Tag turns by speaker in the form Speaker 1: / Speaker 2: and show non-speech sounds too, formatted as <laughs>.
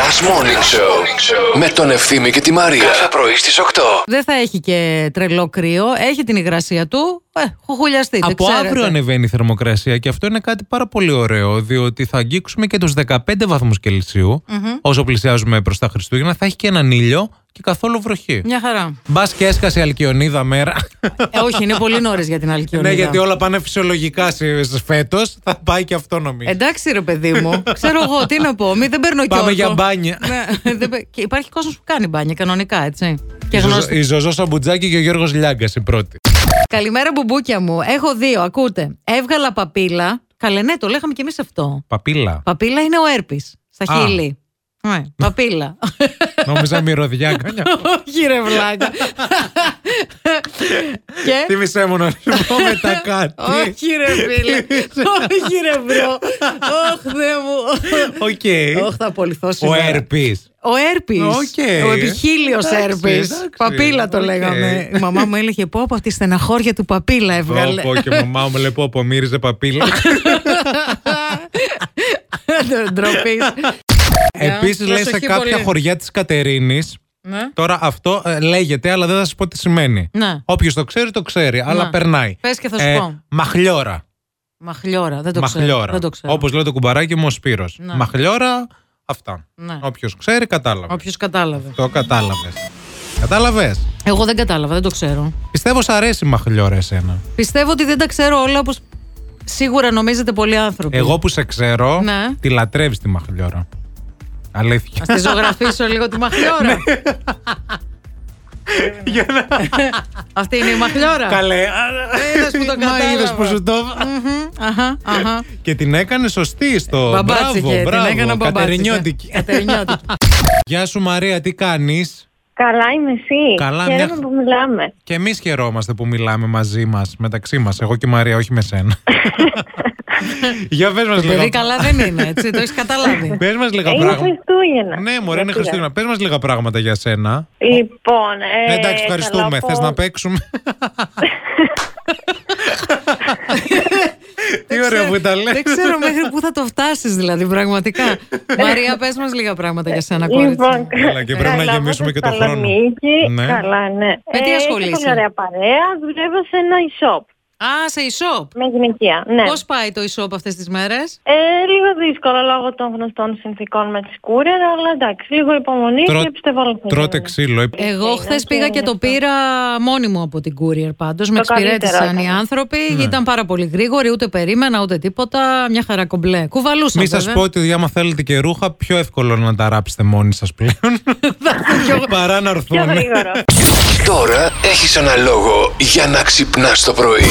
Speaker 1: Last Morning Show με τον Ευθύμη και τη Μαρία. Κάθε πρωί στις 8.
Speaker 2: Δεν θα έχει και τρελό κρύο. Έχει την υγρασία του. Ε, χουχουλιαστεί.
Speaker 3: Από αύριο ανεβαίνει η θερμοκρασία και αυτό είναι κάτι πάρα πολύ ωραίο, διότι θα αγγίξουμε και τους 15 βαθμούς Κελσίου. Όσο πλησιάζουμε προς τα Χριστούγεννα, θα έχει και έναν ήλιο και καθόλου βροχή.
Speaker 2: Μια χαρά.
Speaker 3: Μπας και έσκασε η Αλκιονίδα μέρα.
Speaker 2: Ε, όχι, είναι πολύ νωρίς για την Αλκιονίδα.
Speaker 3: ναι, γιατί όλα πάνε φυσιολογικά φέτος. Θα πάει και αυτό νομίζω.
Speaker 2: Εντάξει, ρε παιδί μου. Ξέρω εγώ τι να πω. Μη δεν παίρνω
Speaker 3: Πάμε
Speaker 2: κιόλας.
Speaker 3: για μπάνια.
Speaker 2: ναι, δεν παί- και υπάρχει κόσμος που κάνει μπάνια κανονικά, έτσι. Και
Speaker 3: Η Ζωζό-
Speaker 2: γνωστή.
Speaker 3: Η Ζωζό Σαμπουτζάκη και ο Γιώργος Λιάγκας η πρώτη.
Speaker 2: Καλημέρα, μπουμπούκια μου. Έχω δύο, ακούτε. Έβγαλα παπίλα. Καλέ, ναι, το λέγαμε κι εμείς αυτό. <laughs>
Speaker 3: Παπίλα.
Speaker 2: Παπίλα είναι ο έρπης. Στα
Speaker 3: Α.
Speaker 2: χείλη. Ναι,
Speaker 3: <laughs>
Speaker 2: παπίλα.
Speaker 3: Νόμιζα μυρωδιά κανιά.
Speaker 2: <laughs> Όχι, ρε
Speaker 3: <laughs>
Speaker 2: βλάκα. Και.
Speaker 3: Θύμησέ μου να ρυθμώ μετά κάτι.
Speaker 2: Όχι ρε
Speaker 3: <laughs>
Speaker 2: φίλε, όχι ρε μπρο, όχι Θεέ μου.
Speaker 3: Οκ.
Speaker 2: Όχι θα απολυθώ
Speaker 3: Ο
Speaker 2: σήμερα.
Speaker 3: Έρπης.
Speaker 2: Ο έρπης.
Speaker 3: Οκ.
Speaker 2: Ο επιχείλιο
Speaker 3: Εντάξει,
Speaker 2: έρπης.
Speaker 3: εντάξει.
Speaker 2: Παπίλα το
Speaker 3: Οκ.
Speaker 2: λέγαμε. Η μαμά μου έλεγε πω από τη στεναχώρια του παπίλα έβγαλε.
Speaker 3: Πω και η μαμά μου λέει πω πω, μύριζε
Speaker 2: <laughs>
Speaker 3: παπίλα.
Speaker 2: Ντροπή.
Speaker 3: Επίσης λέει σε
Speaker 2: Προσοχή
Speaker 3: κάποια
Speaker 2: πολύ.
Speaker 3: χωριά της Κατερίνης.
Speaker 2: Ναι.
Speaker 3: Τώρα αυτό ε, λέγεται, αλλά δεν θα σας πω τι σημαίνει.
Speaker 2: Ναι.
Speaker 3: Όποιος το ξέρει, το ξέρει, αλλά
Speaker 2: Ναι.
Speaker 3: περνάει. Ε,
Speaker 2: Πες και θα σου πω.
Speaker 3: Μαχλιώρα.
Speaker 2: Μαχλιώρα, δεν το ξέρω.
Speaker 3: Μαχλιώρα.
Speaker 2: Δεν το ξέρω.
Speaker 3: Όπως λέει το κουμπαράκι μου ο Σπύρος.
Speaker 2: Ναι.
Speaker 3: Μαχλιώρα, αυτά.
Speaker 2: Ναι.
Speaker 3: Όποιος ξέρει, κατάλαβε.
Speaker 2: Όποιος κατάλαβε.
Speaker 3: Το κατάλαβες. Κατάλαβες.
Speaker 2: Εγώ δεν κατάλαβα, δεν το ξέρω.
Speaker 3: Πιστεύω σ' αρέσει η μαχλιώρα εσένα.
Speaker 2: Πιστεύω ότι δεν τα ξέρω όλα όπως σίγουρα νομίζετε πολλοί άνθρωποι.
Speaker 3: Εγώ που σε ξέρω,
Speaker 2: Ναι.
Speaker 3: τη λατρεύεις τη μαχλιώρα. Αλήθεια.
Speaker 2: Α τη ζωγραφίσω λίγο τη
Speaker 3: <laughs>
Speaker 2: μαχλιώρα.
Speaker 3: Ναι.
Speaker 2: Αυτή είναι η μαχλιώρα.
Speaker 3: Καλέ.
Speaker 2: είδες που το
Speaker 3: <laughs> Μα είδες
Speaker 2: κατάλαβα.
Speaker 3: που σου το.
Speaker 2: Μμμ, Αχα, αχα.
Speaker 3: Και την έκανε σωστή στο.
Speaker 2: Μπαμπάτσικε,
Speaker 3: Ε, Μπράβο, μπράβο.
Speaker 2: την έκανα μπαμπάτσικε.
Speaker 3: Κατερινιώτικη. <laughs>
Speaker 2: Κατερινιώτικη.
Speaker 3: Γεια σου Μαρία, τι κάνεις.
Speaker 4: Καλά είμαι εσύ.
Speaker 3: Καλά,
Speaker 4: Χαίρομαι
Speaker 3: μια-
Speaker 4: που μιλάμε.
Speaker 3: Και εμείς χαιρόμαστε που μιλάμε μαζί μας, μεταξύ μας. Εγώ και η Μαρία, όχι με
Speaker 2: <laughs>
Speaker 3: σένα. Για πες μας
Speaker 2: Παιδί
Speaker 3: λίγα.
Speaker 2: καλά δεν είναι, έτσι, το έχεις καταλάβει.
Speaker 3: Πες μας λίγα
Speaker 4: Είναι
Speaker 3: πράγματα.
Speaker 4: Χριστούγεννα.
Speaker 3: Ναι, μωρέ,
Speaker 4: Δεν
Speaker 3: είναι
Speaker 4: πειράζει.
Speaker 3: Χριστούγεννα. Πες μας λίγα πράγματα για σένα.
Speaker 4: Λοιπόν, ε,
Speaker 3: Ναι, εντάξει, ευχαριστούμε.
Speaker 4: καλό
Speaker 3: Θε να
Speaker 4: απόγευμα. <laughs>
Speaker 3: παίξουμε. Τι ωραία που τα λέει.
Speaker 2: Δεν ξέρω μέχρι πού θα το φτάσεις, δηλαδή,
Speaker 4: <laughs>
Speaker 2: πραγματικά. Μαρία, πες μας λίγα πράγματα για σένα, κόρη.
Speaker 4: Λοιπόν,
Speaker 3: Καλά, και πρέπει να
Speaker 4: καλά από
Speaker 3: γεμίσουμε και το
Speaker 4: Θεσσαλονίκη.
Speaker 3: χρόνο. Ναι.
Speaker 4: Καλά, ναι.
Speaker 2: τι
Speaker 4: Ε,
Speaker 2: ασχολείσαι?
Speaker 4: Έχω μια ωραία παρέα. Δουλεύω σε ένα e-shop.
Speaker 2: Α, σε e-shop.
Speaker 4: Με γυναικεία, ναι.
Speaker 2: Πώς πάει το e-shop αυτές τις μέρες,
Speaker 4: Ε, λίγο δύσκολο λόγω των γνωστών συνθήκων με τις κούρερ, αλλά εντάξει, λίγο υπομονή
Speaker 3: Τρώ-
Speaker 4: και πιστεύω όλα θα
Speaker 3: Τρώτε
Speaker 4: γίνουν.
Speaker 3: ξύλο.
Speaker 4: ε,
Speaker 2: Εγώ χθε πήγα και το πήρα μόνιμο από την Courier πάντως. Με
Speaker 4: Το καλύτερο
Speaker 2: εξυπηρέτησαν οι
Speaker 4: έκανε.
Speaker 2: άνθρωποι.
Speaker 3: Ναι.
Speaker 2: Ήταν πάρα πολύ γρήγοροι, ούτε περίμενα, ούτε τίποτα. Μια χαρά κομπλέ. Κουβαλούσα.
Speaker 3: Μη σας
Speaker 2: βέβαια.
Speaker 3: πω ότι άμα θέλετε και ρούχα, πιο εύκολο να τα ράψετε μόνοι
Speaker 2: <laughs>
Speaker 3: σας πλέον. Παρά να
Speaker 4: Πιο
Speaker 3: έρθουν.
Speaker 4: γρήγορο.
Speaker 1: Τώρα έχεις ένα λόγο για να ξυπνάς το πρωί.